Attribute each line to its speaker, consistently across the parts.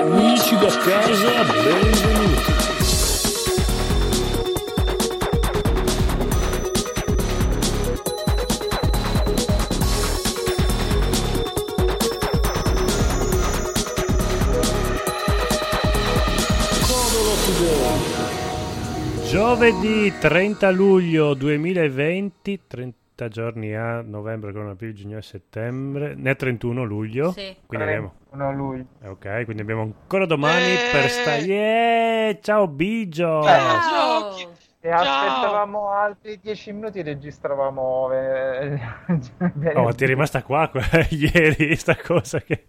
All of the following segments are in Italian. Speaker 1: Amici da casa, benvenuti. Giovedì 30 luglio 2020, 30 giorni a novembre con aprile, giugno e settembre, né 31 luglio.
Speaker 2: Sì.
Speaker 1: Quindi abbiamo, eh,
Speaker 3: 31 luglio.
Speaker 1: ok, quindi abbiamo ancora domani
Speaker 2: Eh.
Speaker 1: per stare. Yeah, ciao Bigio!
Speaker 4: Ah.
Speaker 3: Eh.
Speaker 2: Ciao!
Speaker 3: E aspettavamo altri 10 minuti e registravamo. eh,
Speaker 1: Oh, ma ti è rimasta qua que- ieri sta cosa che...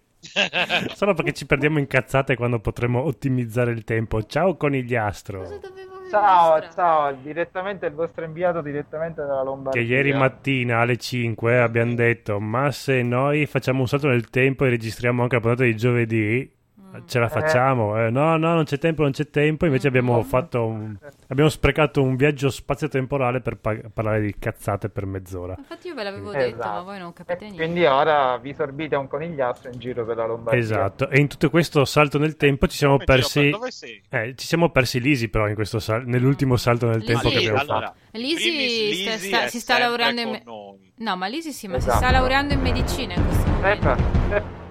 Speaker 1: Solo perché ci perdiamo incazzate quando potremo ottimizzare il tempo. Ciao
Speaker 2: Cosa
Speaker 1: conigliastro!
Speaker 2: dovevo
Speaker 3: Ciao,
Speaker 2: registrare?
Speaker 3: ciao, direttamente il vostro inviato direttamente dalla
Speaker 1: Che
Speaker 3: Lombardia.
Speaker 1: ieri mattina alle 5 abbiamo detto ma se noi facciamo un salto nel tempo e registriamo anche la puntata di giovedì,
Speaker 4: Mm.
Speaker 2: Mm.
Speaker 1: ce la facciamo. Eh, no, no, non c'è tempo, non c'è tempo. Invece abbiamo fatto un... abbiamo sprecato un viaggio spazio-temporale per pa- parlare di cazzate per mezz'ora.
Speaker 2: Infatti io ve l'avevo
Speaker 3: Esatto.
Speaker 2: detto, ma voi non capite
Speaker 3: E
Speaker 2: niente.
Speaker 3: quindi ora vi sorbite un conigliastro in giro per la Lombardia.
Speaker 1: Esatto, e in tutto questo salto nel tempo ci siamo
Speaker 4: Come giro,
Speaker 1: persi...
Speaker 4: Dove sei?
Speaker 1: Eh, ci siamo persi lisi però in questo sal- nell'ultimo salto nel
Speaker 2: Lisi.
Speaker 1: tempo che
Speaker 2: Sì,
Speaker 1: abbiamo
Speaker 4: allora,
Speaker 2: Lisi
Speaker 4: primis
Speaker 2: sta-
Speaker 4: Lisi
Speaker 2: sta-
Speaker 4: è
Speaker 2: si sta
Speaker 4: sempre
Speaker 2: laureando in
Speaker 4: con
Speaker 2: me-
Speaker 4: noi.
Speaker 2: No, ma Lisi sì, ma si
Speaker 3: Esatto.
Speaker 2: sta laureando in medicina in questo momento.
Speaker 3: Eppa, eppa,
Speaker 1: fatto.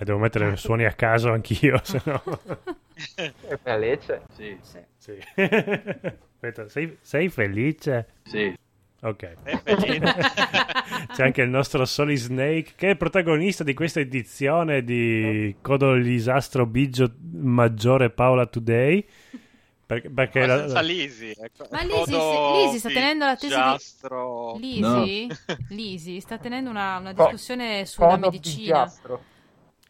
Speaker 1: Eh, devo mettere suoni a caso anch'io, se Cioè, no...
Speaker 3: eppa, Lecce.
Speaker 5: Sì,
Speaker 1: sì. Aspetta, sei, sei felice?
Speaker 5: sì.
Speaker 1: Ok.
Speaker 4: È felice.
Speaker 1: C'è anche il nostro Soli Snake che è il protagonista di questa edizione di Codolisastro Biggio Maggiore Paola Today. Perché, perché
Speaker 4: Ma
Speaker 1: la-
Speaker 4: senza Lisi. ecco.
Speaker 2: Ma Lisi-
Speaker 4: Codo-
Speaker 2: Lisi sta tenendo la tesi di-
Speaker 4: Giastro.
Speaker 2: Lisi? Lisi sta tenendo una, una
Speaker 3: Co-
Speaker 2: discussione sulla
Speaker 3: Codo
Speaker 2: medicina.
Speaker 3: Bigiastro.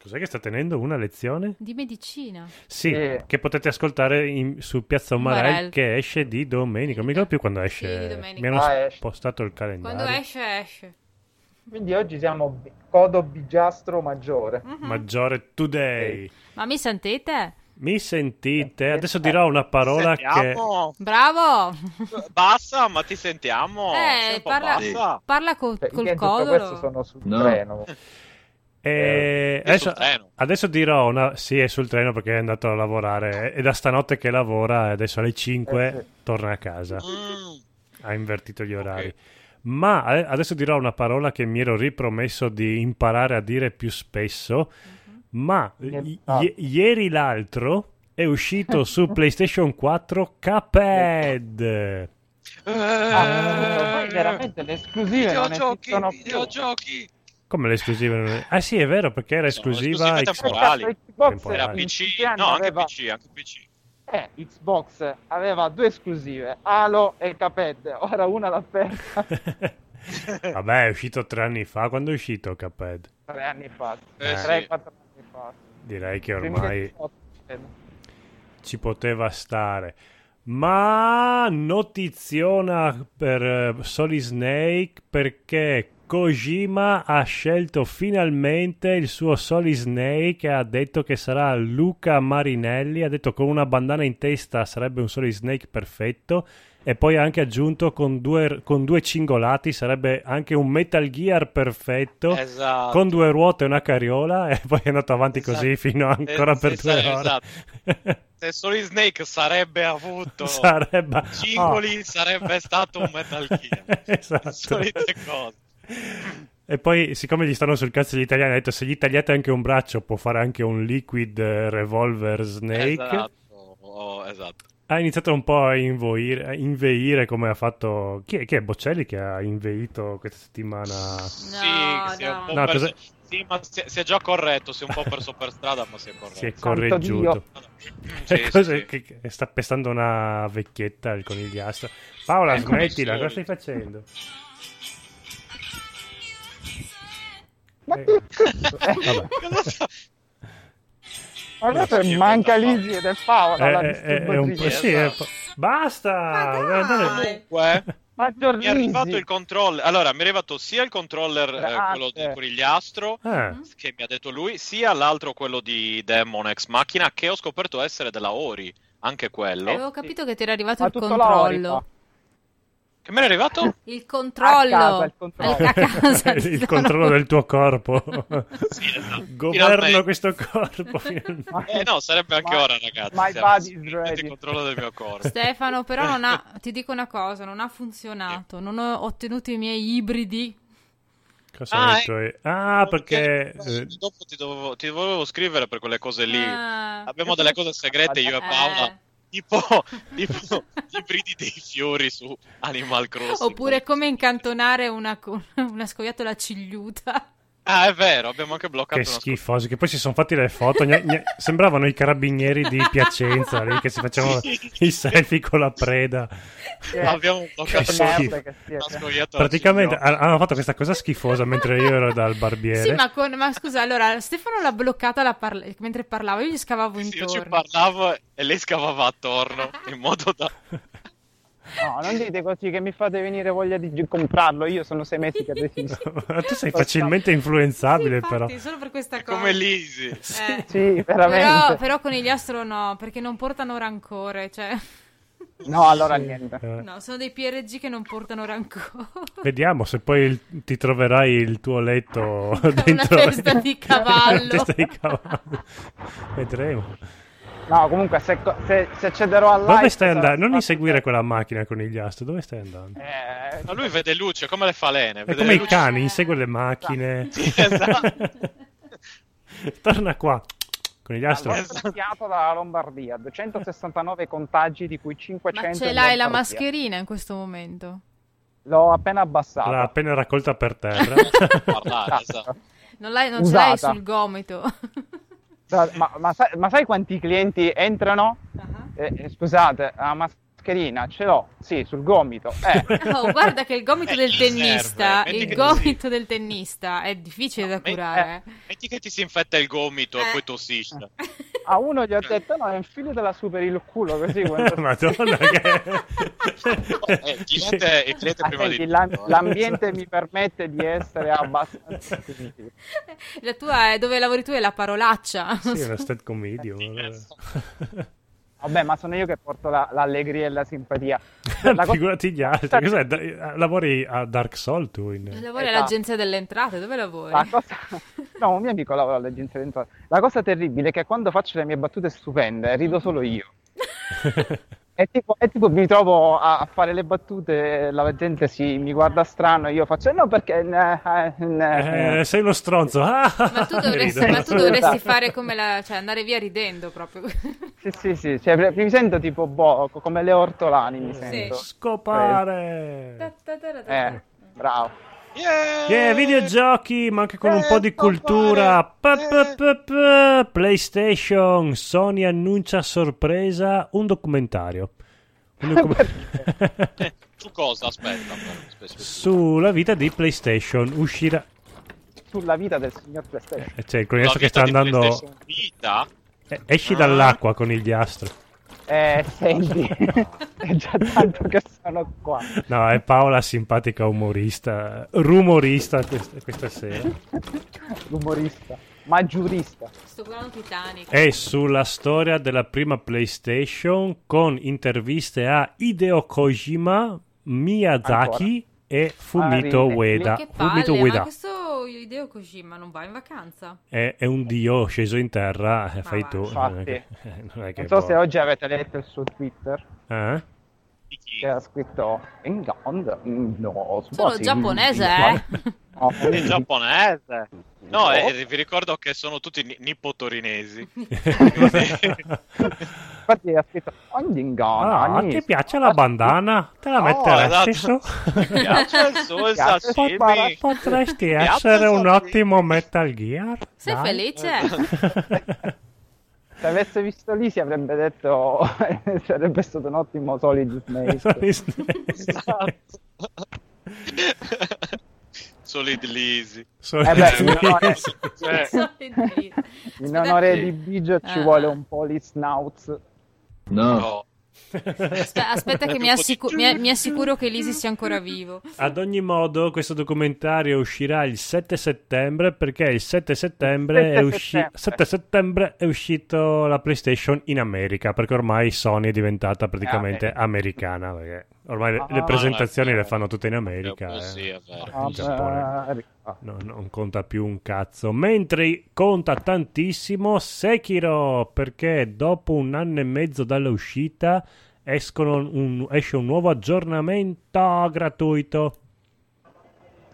Speaker 1: Cos'è che sta tenendo una lezione?
Speaker 2: Di medicina.
Speaker 1: Sì,
Speaker 3: Sì.
Speaker 1: che potete ascoltare in- su Piazza
Speaker 2: Umarell.
Speaker 1: Umarell che esce di domenica. Non mi ricordo più quando
Speaker 2: Sì,
Speaker 1: esce.
Speaker 2: di domenica.
Speaker 1: Mi hanno
Speaker 3: Ah, esce.
Speaker 1: spostato il calendario.
Speaker 2: Quando esce, esce.
Speaker 3: Quindi oggi siamo B- Codo Bigiastro Maggiore.
Speaker 2: Mhm.
Speaker 1: Maggiore today.
Speaker 2: Ma mi sentite?
Speaker 1: Mi
Speaker 3: Eh,
Speaker 1: sentite? Adesso dirò una parola che.
Speaker 4: Sentiamo.
Speaker 2: Bravo!
Speaker 4: Bassa, ma ti sentiamo.
Speaker 2: Eh,
Speaker 4: Sei un po'
Speaker 2: parla-
Speaker 4: bassa.
Speaker 2: Parla col,
Speaker 3: Cioè, io
Speaker 2: col
Speaker 3: in tutto questo
Speaker 2: codolo.
Speaker 3: sono sul
Speaker 5: No.
Speaker 3: treno.
Speaker 1: Eh,
Speaker 4: È
Speaker 1: adesso,
Speaker 4: sul treno.
Speaker 1: adesso dirò una. Sì, è sul treno perché è andato a lavorare. È da stanotte che lavora. e Adesso alle 5
Speaker 3: Eh, sì.
Speaker 1: torna a casa.
Speaker 4: Mm.
Speaker 1: Ha invertito gli orari. Ma eh, adesso dirò una parola che mi ero ripromesso di imparare a dire più spesso.
Speaker 3: Mhm.
Speaker 1: Ma i-
Speaker 3: Ah.
Speaker 1: i- ieri l'altro è uscito su PlayStation 4 Cuphead.
Speaker 3: Ah, poi veramente le esclusive non
Speaker 4: Videogiochi,
Speaker 3: esistono più.
Speaker 4: videogiochi.
Speaker 1: Come l'esclusiva? non è- Ah sì, è vero perché era esclusiva
Speaker 4: esclusive
Speaker 1: Xbox.
Speaker 4: temporali. Uguali.
Speaker 3: Cazzo, Cioè, Xbox
Speaker 1: Temporali.
Speaker 4: Era
Speaker 1: Dai.
Speaker 3: in tutti gli
Speaker 4: PC.
Speaker 3: anni
Speaker 4: No, anche
Speaker 3: aveva-
Speaker 4: PC, anche PC.
Speaker 3: Eh, Xbox aveva due esclusive, Halo e Caped, ora una l'ha persa
Speaker 1: Vabbè, è uscito tre anni fa. Quando è uscito Cuphead?
Speaker 3: tre anni fa,
Speaker 4: Eh,
Speaker 3: tre,
Speaker 4: sì.
Speaker 3: quattro anni fa.
Speaker 1: Direi che ormai Eh.
Speaker 3: 2018, credo.
Speaker 1: ci poteva stare. Ma notiziona per eh, Solid Snake perché Kojima ha scelto finalmente il suo Solid Snake e ha detto che sarà Luca Marinelli. Ha detto con una bandana in testa sarebbe un Solid Snake perfetto. E poi ha anche aggiunto con due, con due cingolati sarebbe anche un Metal Gear perfetto.
Speaker 4: Esatto.
Speaker 1: Con due ruote e una carriola, e poi è andato avanti
Speaker 4: Esatto.
Speaker 1: così fino a- ancora
Speaker 4: Es-
Speaker 1: per
Speaker 4: es-
Speaker 1: due
Speaker 4: esatto.
Speaker 1: ore.
Speaker 4: Se solo i Snake sarebbe avuto
Speaker 1: sarebbe
Speaker 4: Cingoli
Speaker 1: oh.
Speaker 4: sarebbe stato un Metal Gear.
Speaker 1: esatto.
Speaker 4: Solite cose.
Speaker 1: E poi, siccome gli stanno sul cazzo gli italiani, ha detto se gli tagliate anche un braccio, può fare anche un liquid eh, revolver snake.
Speaker 4: Esatto. Oh, esatto.
Speaker 1: Ha iniziato un po' a invoire- a inveire come ha fatto. Chi è, chi è Bocelli che ha inveito questa settimana?
Speaker 4: sì, che si è un
Speaker 2: no.
Speaker 4: po'
Speaker 1: Ah. No,
Speaker 4: perso-
Speaker 1: cos'è?
Speaker 4: sì, ma si è, si è già corretto, si è un po' perso per strada, ma si è corretto. Ah,
Speaker 1: Si è
Speaker 3: Santo
Speaker 1: correggiuto.
Speaker 3: Dio.
Speaker 4: Sì,
Speaker 1: E cos'è
Speaker 4: sì, sì.
Speaker 1: che- che sta pestando una vecchietta il conigliastro. Paola,
Speaker 4: Ecco,
Speaker 1: smettila,
Speaker 4: sì.
Speaker 1: cosa stai facendo?
Speaker 3: Ma
Speaker 1: Eh,
Speaker 3: che
Speaker 1: vabbè.
Speaker 4: Cosa sta-
Speaker 3: Guardate,
Speaker 4: schifo da
Speaker 3: manca
Speaker 4: fare.
Speaker 3: Lisi ed è Paola
Speaker 1: Eh,
Speaker 3: la
Speaker 1: eh, eh, è un po'-
Speaker 3: distributrice.
Speaker 1: sì, è un po'- Basta!
Speaker 2: Ma dai!
Speaker 1: Andate-
Speaker 4: Comunque,
Speaker 3: Maggior
Speaker 4: mi è arrivato
Speaker 3: Lisi.
Speaker 4: il controller. Allora, mi è arrivato sia il controller, eh,
Speaker 3: Grazie.
Speaker 4: quello del conigliastro,
Speaker 1: Ah,
Speaker 4: che mi ha detto lui, sia l'altro, quello di Demon Ex Machina, che ho scoperto essere della Ori. Anche quello.
Speaker 2: Eh, oh. Avevo capito che ti era arrivato
Speaker 3: Ma
Speaker 2: il
Speaker 3: tutto la Ori
Speaker 2: controllo.
Speaker 3: fa.
Speaker 4: Che me l'è arrivato?
Speaker 2: Il controllo.
Speaker 3: A casa, il controllo.
Speaker 2: Eh, a casa ti
Speaker 1: il
Speaker 2: danno-
Speaker 1: controllo del tuo corpo.
Speaker 4: Sì, esatto.
Speaker 1: Governo
Speaker 4: Finalmente.
Speaker 1: questo corpo. finalmente.
Speaker 3: Ma-
Speaker 4: Eh no, sarebbe anche
Speaker 3: My-
Speaker 4: ora, ragazzi.
Speaker 3: my
Speaker 4: Siamo
Speaker 3: body is
Speaker 4: assolutamente
Speaker 3: ready.
Speaker 4: in controllo del mio corpo.
Speaker 2: Stefano, però non ha, ti dico una cosa, non ha funzionato, non ho ottenuto i miei ibridi.
Speaker 1: Cosa
Speaker 4: Ah,
Speaker 1: ho
Speaker 4: eh.
Speaker 1: detto io? Ah, perché... eh,
Speaker 4: Dopo ti dovevo, ti volevo scrivere per quelle cose lì.
Speaker 2: Ah,
Speaker 4: Abbiamo delle cose segrete io e Paola.
Speaker 2: eh.
Speaker 4: Tipo, tipo gli ibridi dei fiori su Animal Crossing.
Speaker 2: Oppure come incantonare una, co- una scoiattola cigliuta.
Speaker 4: Ah, è vero, abbiamo anche bloccato
Speaker 1: Che
Speaker 4: una
Speaker 1: schifosi, che poi si sono fatti le foto. gna- gna- sembravano i carabinieri di Piacenza lì che si facevano i selfie con la preda.
Speaker 3: Che-
Speaker 4: Abbiamo
Speaker 3: che
Speaker 4: bloccato
Speaker 1: Sì.
Speaker 4: una
Speaker 3: merda che siete.
Speaker 4: scoiattola
Speaker 1: Praticamente
Speaker 4: cigliotta.
Speaker 1: ha- hanno fatto questa cosa schifosa mentre io ero dal barbiere.
Speaker 2: Sì, ma, con- ma scusa, allora Stefano l'ha bloccata la parla- mentre parlavo, io gli scavavo
Speaker 4: Sì, io ci
Speaker 2: intorno.
Speaker 4: parlavo e lei scavava attorno in modo da.
Speaker 3: No, non dite così che mi fate venire voglia di gi- comprarlo. Io sono sei mesi che resisto.
Speaker 1: Ma tu sei facilmente influenzabile,
Speaker 2: Sì,
Speaker 1: però.
Speaker 2: infatti, solo per questa
Speaker 4: È
Speaker 2: cosa.
Speaker 4: come l'Easy.
Speaker 2: Eh.
Speaker 3: Sì,
Speaker 2: Però,
Speaker 3: veramente.
Speaker 2: però con Iliastro no, perché non portano rancore, cioè...
Speaker 3: No, allora niente.
Speaker 1: Eh,
Speaker 2: No, sono dei PRG che non portano rancore.
Speaker 1: Vediamo se poi il- ti troverai il tuo letto
Speaker 2: Una
Speaker 1: dentro
Speaker 2: testa di cavallo.
Speaker 1: Una testa di cavallo. Vedremo.
Speaker 3: No, comunque se, co- se, se cederò al
Speaker 1: Dove
Speaker 3: like,
Speaker 1: stai
Speaker 3: sarà
Speaker 1: andando? Non
Speaker 3: soltanto-
Speaker 1: inseguire quella macchina con gli astro. Dove stai andando?
Speaker 3: Eh,
Speaker 4: Ma lui vede luce come le falene.
Speaker 1: È
Speaker 4: Vede
Speaker 1: come
Speaker 4: le
Speaker 1: i
Speaker 4: luci.
Speaker 1: cani, insegue le macchine.
Speaker 4: Sì, esatto.
Speaker 1: Torna qua. Con gli astro.
Speaker 3: allora, sfiato dalla Lombardia, 269 contagi di cui 500
Speaker 2: Ma ce
Speaker 3: in
Speaker 2: l'hai la
Speaker 3: Lombardia.
Speaker 2: mascherina in questo momento?
Speaker 3: L'ho appena Ah, abbassata.
Speaker 1: L'ha appena raccolta per terra.
Speaker 4: Parlare, esatto.
Speaker 2: Non, l'hai- non ce
Speaker 3: Usata.
Speaker 2: l'hai sul gomito.
Speaker 3: Da- Ma, ma sai, ma sai quanti clienti entrano? Eh, eh, scusate, la mascherina ce l'ho, sì, sul gomito. Eh,
Speaker 2: Oh, guarda che il gomito
Speaker 4: Eh,
Speaker 2: del
Speaker 4: gli serve, eh,
Speaker 2: tennista,
Speaker 4: metti
Speaker 2: il
Speaker 4: che-
Speaker 2: gomito del tennista è difficile da
Speaker 4: No, eh. metti-
Speaker 2: curare.
Speaker 4: Metti che ti si infetta il gomito
Speaker 2: Eh.
Speaker 4: e poi tossisci. Ah.
Speaker 3: a uno gli ho detto no, è un figlio della su per il culo così. quando-
Speaker 1: Madonna, che...
Speaker 4: Eh, il cliente, il cliente
Speaker 3: Ah,
Speaker 4: prima
Speaker 3: senti,
Speaker 4: di
Speaker 3: l'am-
Speaker 4: tutto, eh.
Speaker 3: l'ambiente mi permette di essere abbastanza positivo.
Speaker 2: La tua è dove lavori tu è la parolaccia.
Speaker 1: Sì, è una stand comedian.
Speaker 4: Sì,
Speaker 1: allora.
Speaker 4: adesso.
Speaker 3: Vabbè, ma sono io che porto la- l'allegria e la simpatia. La Cioè, cosa-
Speaker 1: Figurati gli altri. Cos'è? Da- lavori a Dark Soul tu? in-
Speaker 2: Lavori
Speaker 3: Esatto.
Speaker 2: all'agenzia delle entrate, dove lavori?
Speaker 3: La cosa... No, un mio amico lavora all'agenzia dentro. La cosa terribile è che quando faccio le mie battute stupende rido solo
Speaker 1: Mm-hmm.
Speaker 3: io.
Speaker 2: Eh.
Speaker 3: E tipo, e tipo mi trovo a, a fare le battute, la gente si, mi guarda strano e io faccio no perché... ne- eh, ne-
Speaker 1: Eh, sei uno stronzo. Ah!
Speaker 2: Ma tu, dovresti,
Speaker 1: Rido.
Speaker 2: ma tu
Speaker 4: Esatto.
Speaker 2: dovresti fare come la... cioè andare via ridendo proprio.
Speaker 3: Sì, sì, sì, cioè, pre- mi sento tipo boh, co- come le ortolani mi sento.
Speaker 1: Scopare.
Speaker 3: Eh, bravo.
Speaker 4: eh. Yeah!
Speaker 1: Yeah, videogiochi, ma anche con un
Speaker 4: Eh,
Speaker 1: po' di
Speaker 4: scopare.
Speaker 1: cultura. Pa, pa,
Speaker 4: Eh.
Speaker 1: pa, pa. PlayStation, Sony annuncia a sorpresa un documentario. Un docu-
Speaker 4: Eh, Su cosa? Aspetta. però, aspetta.
Speaker 1: Sulla vita di PlayStation uscirà.
Speaker 3: Sulla vita del signor PlayStation.
Speaker 1: eh, Cioè, il
Speaker 4: La
Speaker 1: conigliastro che
Speaker 4: vita
Speaker 1: sta
Speaker 4: di
Speaker 1: andando.
Speaker 4: PlayStation Vita?
Speaker 1: eh, Esci dall'acqua con il diastro.
Speaker 3: Eh, senti, è già tanto che sono qua.
Speaker 1: No, è Paola, simpatica umorista. Rumorista questa, questa sera.
Speaker 3: L'umorista, ma giurista.
Speaker 2: Sto guardando Titanic.
Speaker 1: È sulla storia della prima PlayStation con interviste a Hideo Kojima, Miyazaki e Fumito
Speaker 3: Ah, ride.
Speaker 1: Ueda.
Speaker 2: Che
Speaker 1: Fumito
Speaker 2: palle, ma
Speaker 1: Ueda
Speaker 2: questo Hideo Kojima non va in vacanza?
Speaker 1: è, è un dio sceso in terra, eh, fai
Speaker 2: va.
Speaker 1: tu. Non è che- non è che boh.
Speaker 3: Non so se
Speaker 1: può-
Speaker 3: oggi avete letto il suo Twitter,
Speaker 1: Eh?
Speaker 4: Di
Speaker 3: che
Speaker 4: chi?
Speaker 3: era scritto England, no,
Speaker 2: Solo
Speaker 3: sbatti,
Speaker 2: giapponese,
Speaker 3: mm,
Speaker 2: eh?
Speaker 3: no,
Speaker 4: È giapponese. No,
Speaker 3: no.
Speaker 4: eh, vi ricordo che sono tutti ni- nippotorinesi.
Speaker 3: Infatti ha scritto England,
Speaker 1: Ah, ti piace la bandana? Te la metteresti
Speaker 4: esatto. Mi piace il suo il
Speaker 3: Piace.
Speaker 1: su?
Speaker 4: sashimi.
Speaker 1: Potresti
Speaker 4: piace
Speaker 1: essere un
Speaker 4: sapere.
Speaker 1: ottimo Metal Gear?
Speaker 2: Sei
Speaker 1: Dai.
Speaker 2: felice?
Speaker 3: Se avesse visto lì si avrebbe detto, sarebbe stato un ottimo Solid Snake.
Speaker 4: Solid Lisi.
Speaker 1: Solo-
Speaker 3: Eh beh, mi onore,
Speaker 4: Cioè,
Speaker 3: Eh. in
Speaker 2: Aspetta.
Speaker 3: onore di Biggio ci
Speaker 2: Ah.
Speaker 3: vuole un po' di snouts.
Speaker 5: No.
Speaker 4: no.
Speaker 2: Aspetta, aspetta che mi,
Speaker 4: Un po'
Speaker 2: assicu-
Speaker 4: di-
Speaker 2: mi- mi assicuro che Lisi sia ancora vivo.
Speaker 1: Ad ogni modo, questo documentario uscirà il 7 settembre perché il 7 settembre, è,
Speaker 3: 7
Speaker 1: usci-
Speaker 3: settembre.
Speaker 1: 7 settembre è uscito la PlayStation in America perché ormai Sony è diventata praticamente
Speaker 3: Eh,
Speaker 1: americana. perché Ormai le, le
Speaker 3: Ah,
Speaker 1: presentazioni
Speaker 4: no,
Speaker 1: le
Speaker 4: sì.
Speaker 1: fanno tutte in America.
Speaker 4: Eh, sì,
Speaker 1: eh.
Speaker 4: è vero.
Speaker 1: Ah,
Speaker 3: Ah, eh,
Speaker 1: in Giappone.
Speaker 3: beh, arriva.
Speaker 1: No, non conta più un cazzo. Mentre conta tantissimo Sekiro, perché dopo un anno e mezzo dall'uscita escono un- esce un nuovo aggiornamento gratuito.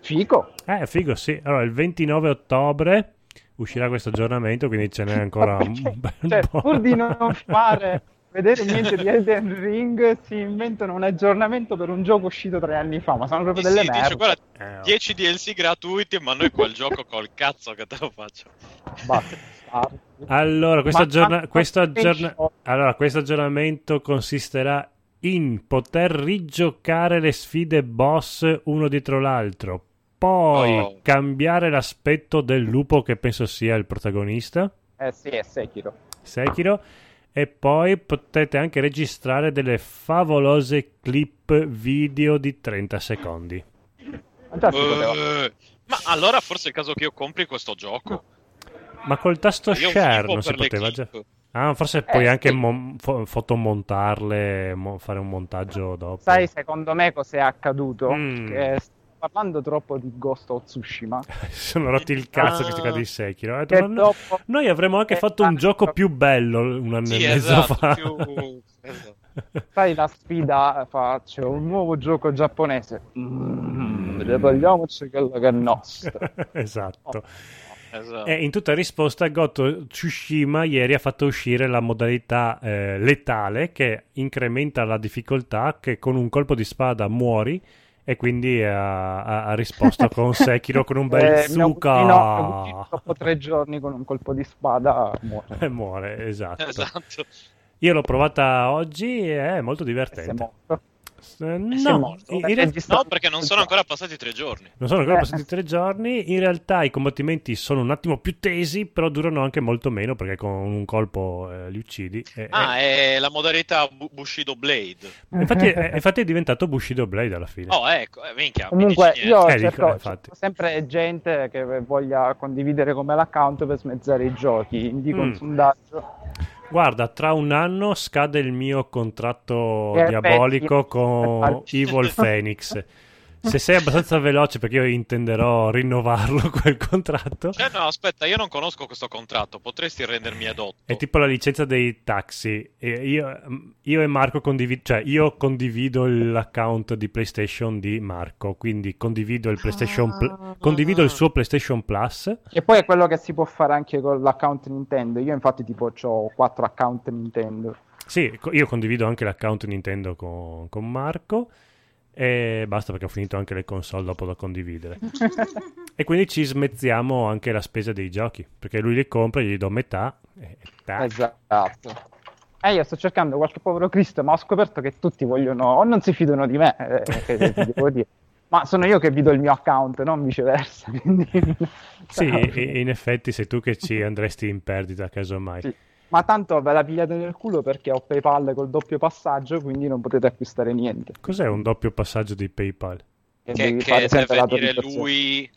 Speaker 3: Fico.
Speaker 1: Eh, figo, sì. Allora, il 29 ottobre uscirà questo aggiornamento, quindi ce n'è ancora un
Speaker 3: Perché,
Speaker 1: bel
Speaker 3: cioè,
Speaker 1: po'.
Speaker 3: pur di non fare vedere niente di Elden Ring, si inventano un aggiornamento per un gioco uscito tre anni fa, ma sono proprio
Speaker 4: Sì,
Speaker 3: delle
Speaker 4: sì,
Speaker 3: merde.
Speaker 4: dice, guarda,
Speaker 1: Eh,
Speaker 4: 10 DLC gratuiti, ma noi quel gioco col cazzo che te lo faccio.
Speaker 3: Bastardi.
Speaker 1: Allora, questo,
Speaker 3: Ma-
Speaker 1: aggiorna-
Speaker 3: ma-
Speaker 1: questo
Speaker 3: ma-
Speaker 1: aggiorna- allora, questo aggiornamento consisterà in poter rigiocare le sfide boss uno dietro l'altro, poi
Speaker 4: Oh.
Speaker 1: cambiare l'aspetto del lupo che penso sia il protagonista,
Speaker 3: Eh sì, è Sekiro.
Speaker 1: Sekiro, e poi potete anche registrare delle favolose clip video di 30 secondi.
Speaker 3: Ma già si Ah, poteva.
Speaker 4: Eh, ma allora forse è il caso che io compri questo gioco.
Speaker 1: Ma col tasto
Speaker 4: Io
Speaker 1: share
Speaker 4: vivo
Speaker 1: non si
Speaker 4: per le
Speaker 1: poteva già.
Speaker 4: clip.
Speaker 1: Ah, forse puoi
Speaker 3: Eh,
Speaker 1: anche
Speaker 3: sì.
Speaker 1: mon- fo- fotomontarle, mo- fare un montaggio dopo.
Speaker 3: Sai secondo me cos'è accaduto?
Speaker 1: Mm.
Speaker 3: Che sto parlando troppo di Ghost of Tsushima.
Speaker 1: Si sono rotti il cazzo
Speaker 4: Ah.
Speaker 1: questi qua di Sekiro. Ho detto,
Speaker 3: Che
Speaker 1: ma no-
Speaker 3: dopo...
Speaker 1: Noi avremmo anche
Speaker 3: Eh,
Speaker 1: fatto un
Speaker 3: ah,
Speaker 1: gioco
Speaker 3: no.
Speaker 1: più bello un anno
Speaker 4: Sì,
Speaker 1: e mezzo
Speaker 4: esatto,
Speaker 1: fa.
Speaker 4: più- esatto.
Speaker 3: Sai la sfida, eh, faccio un nuovo gioco giapponese. Mm, Riprendiamoci quello che è nostro.
Speaker 1: esatto.
Speaker 4: esatto.
Speaker 3: Eh,
Speaker 1: E in tutta risposta, Goto Tsushima ieri ha fatto uscire la modalità eh, letale che incrementa la difficoltà, che con un colpo di spada muori. E quindi ha, ha- ha risposto con Sekiro con un bel
Speaker 3: Eh, mio
Speaker 1: zucca.
Speaker 3: cugino- mio cugino dopo tre giorni con un colpo di spada muore.
Speaker 1: E muore, esatto.
Speaker 4: Esatto.
Speaker 1: Io l'ho provata oggi e è molto
Speaker 3: E si è
Speaker 1: divertente.
Speaker 3: morto.
Speaker 1: Eh,
Speaker 3: E si è
Speaker 1: No,
Speaker 3: morto.
Speaker 1: in, in
Speaker 3: Perché
Speaker 1: realtà
Speaker 3: gli sta-
Speaker 4: No, perché non sono ancora passati tre giorni.
Speaker 1: non sono ancora
Speaker 3: Eh.
Speaker 1: passati tre giorni. In realtà i combattimenti sono un attimo più tesi, però durano anche molto meno perché con un colpo eh, li uccidi. E-
Speaker 4: Ah,
Speaker 1: e-
Speaker 4: è la modalità Bu- Bushido Blade.
Speaker 1: Infatti, è, infatti è diventato Bushido Blade alla fine.
Speaker 4: Oh, ecco, eh, minchia. mi
Speaker 3: Comunque
Speaker 4: dici niente.
Speaker 3: io
Speaker 1: Eh, dico,
Speaker 3: cerco,
Speaker 1: eh, infatti.
Speaker 3: cerco sempre gente che voglia condividere con me l'account per smezzare i giochi, indico
Speaker 1: Mm.
Speaker 3: un sondaggio.
Speaker 1: Guarda, tra un anno scade il mio contratto
Speaker 3: Eh,
Speaker 1: diabolico
Speaker 3: beh,
Speaker 1: con
Speaker 3: sì.
Speaker 1: Evil Phoenix. Se sei abbastanza veloce, perché io intenderò rinnovarlo quel contratto.
Speaker 4: Cioè, no, aspetta, io non conosco questo contratto. Potresti rendermi adotto?
Speaker 1: È tipo la licenza dei taxi. E io, io e Marco condivido, cioè io condivido l'account di PlayStation di Marco, quindi condivido il PlayStation Pl-
Speaker 4: Ah.
Speaker 1: condivido il suo PlayStation Plus.
Speaker 3: Che poi è quello che si può fare anche con l'account Nintendo. Io infatti tipo ho quattro account Nintendo.
Speaker 1: Sì, co- io condivido anche l'account Nintendo con, con Marco e basta perché ho finito anche le console dopo da condividere. E quindi ci smezziamo anche la spesa dei giochi, perché lui li compra, gli do metà e e
Speaker 3: Eh,
Speaker 1: tac.
Speaker 3: Esatto. E io sto cercando qualche povero Cristo, ma ho scoperto che tutti vogliono o non si fidano di me, eh, che ti devo dire. Ma sono io che vi do il mio account, non viceversa. Quindi...
Speaker 1: Sì, e- in effetti sei tu che ci andresti in perdita casomai.
Speaker 3: Sì. Ma tanto ve la pigliate nel culo perché ho PayPal col doppio passaggio, quindi non potete acquistare niente.
Speaker 1: Cos'è un doppio passaggio di PayPal?
Speaker 3: E
Speaker 4: che,
Speaker 3: devi
Speaker 4: che
Speaker 3: fare sempre
Speaker 4: deve
Speaker 3: la
Speaker 4: dire
Speaker 3: autorizzazione.
Speaker 4: lui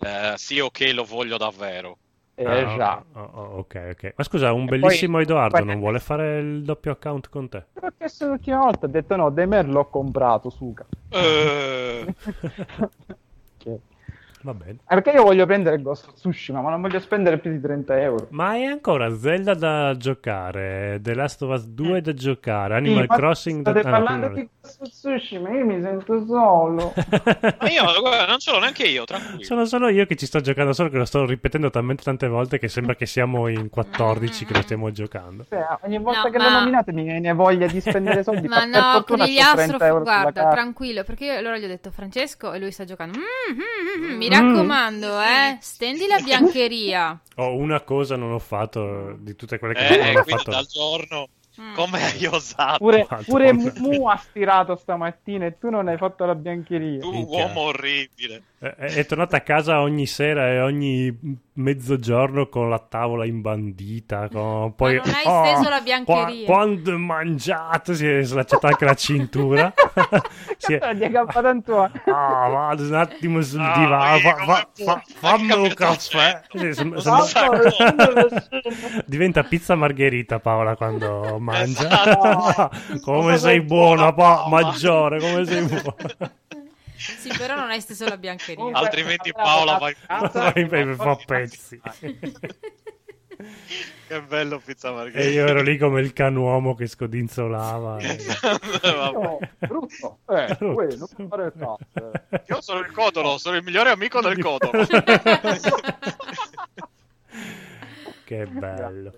Speaker 4: eh, sì ok lo voglio davvero
Speaker 3: Eh,
Speaker 1: Ah,
Speaker 3: già.
Speaker 1: oh, oh, ok, ok. Ma scusa, un
Speaker 3: E poi-
Speaker 1: bellissimo Edoardo
Speaker 3: poi-
Speaker 1: non vuole fare il doppio account con te?
Speaker 3: L'ho chiesto l'ultima volta, ho detto no, Demer l'ho comprato, suca.
Speaker 4: Eh,
Speaker 3: Ok. Eh,
Speaker 1: Va bene.
Speaker 3: Perché io voglio prendere Ghost of Tsushima, ma non voglio spendere più di 30 euro.
Speaker 1: Ma è ancora Zelda da giocare, The Last of Us 2 da giocare, Animal
Speaker 3: Eh. Sì, ma
Speaker 1: Crossing da...
Speaker 3: State
Speaker 1: ah, no,
Speaker 3: parlando
Speaker 1: quello
Speaker 3: di Ghost of Tsushima, io mi sento
Speaker 1: no.
Speaker 3: solo.
Speaker 4: ma io guarda, non ce l'ho neanche io tranquillo
Speaker 1: Sono solo io che ci sto giocando, solo che lo sto ripetendo talmente tante volte che sembra che siamo in 14 che lo stiamo giocando.
Speaker 3: Cioè, ogni volta
Speaker 2: No,
Speaker 3: che
Speaker 2: ma-
Speaker 3: lo nominate mi viene voglia di spendere soldi.
Speaker 2: Ma
Speaker 3: per
Speaker 2: no,
Speaker 3: fortuna c'ho
Speaker 2: Conigliastro,
Speaker 3: 30 euro sulla
Speaker 2: guarda,
Speaker 3: carta.
Speaker 2: tranquillo, perché io allora gli ho detto Francesco e lui sta giocando. "Mm, mm, mm, mm, mi raccomando, eh, stendi la biancheria.
Speaker 1: Oh, una cosa non ho fatto di tutte quelle che
Speaker 4: eh,
Speaker 1: non ho
Speaker 4: quindi
Speaker 1: fatto.
Speaker 4: dal giorno
Speaker 2: Mm.
Speaker 4: come hai osato
Speaker 3: Pure,
Speaker 1: Quanto-
Speaker 3: pure
Speaker 1: quanto-
Speaker 3: Mu ha stirato stamattina e tu non hai fatto la biancheria.
Speaker 4: tu
Speaker 1: minchia.
Speaker 4: uomo orribile
Speaker 1: Eh, È, tornata a casa ogni sera e ogni mezzogiorno con la tavola imbandita. Con... Poi, oh,
Speaker 2: non hai steso la biancheria."
Speaker 1: quando è mangiato si è slacciata anche la cintura. si è...
Speaker 3: Gli è campato in tua.
Speaker 1: Ah, vado un attimo sul
Speaker 4: Ah,
Speaker 1: divano,
Speaker 4: Diego,
Speaker 1: fa-
Speaker 4: ma
Speaker 1: fa-
Speaker 4: pu-
Speaker 1: fa-
Speaker 4: hai
Speaker 1: fammi un
Speaker 4: capito,
Speaker 1: caffè. Sì, sem-
Speaker 4: Esatto.
Speaker 1: sembra- Diventa pizza margherita Paola quando mangia.
Speaker 4: Esatto.
Speaker 1: come sei buona, pa- maggiore, come sei buona.
Speaker 2: Sì, però non hai steso la biancheria.
Speaker 4: Altrimenti Paola va in
Speaker 1: Poi mi fa pezzi.
Speaker 4: Che bello pizza margherita.
Speaker 1: E io ero lì come il canuomo che scodinzolava.
Speaker 4: Eh, Vabbè.
Speaker 3: No, brutto. Eh, quello, non fare il cazzo. eh.
Speaker 4: Io sono il Codolo, sono il migliore amico del Codolo.
Speaker 1: che bello.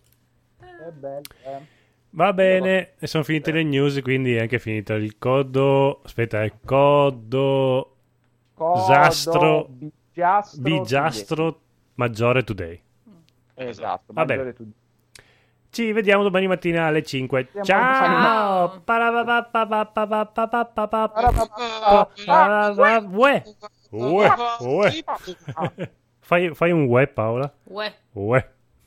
Speaker 3: È bello, eh.
Speaker 1: Va bene, e sono finite le news, quindi è anche finito il codo. Aspetta, il codo
Speaker 3: Codo,
Speaker 1: Zastro-
Speaker 3: bigiastro,
Speaker 1: di Giastro Maggiore Today.
Speaker 3: Esatto,
Speaker 1: Va bene.
Speaker 3: maggiore tu.
Speaker 1: Ci vediamo domani mattina alle 5.
Speaker 3: Siamo
Speaker 1: Ciao!
Speaker 2: domani.
Speaker 1: Ah, Uè! um Uè! Uè! Fai, fai un uè, Paola.
Speaker 2: Uè.
Speaker 1: Uè.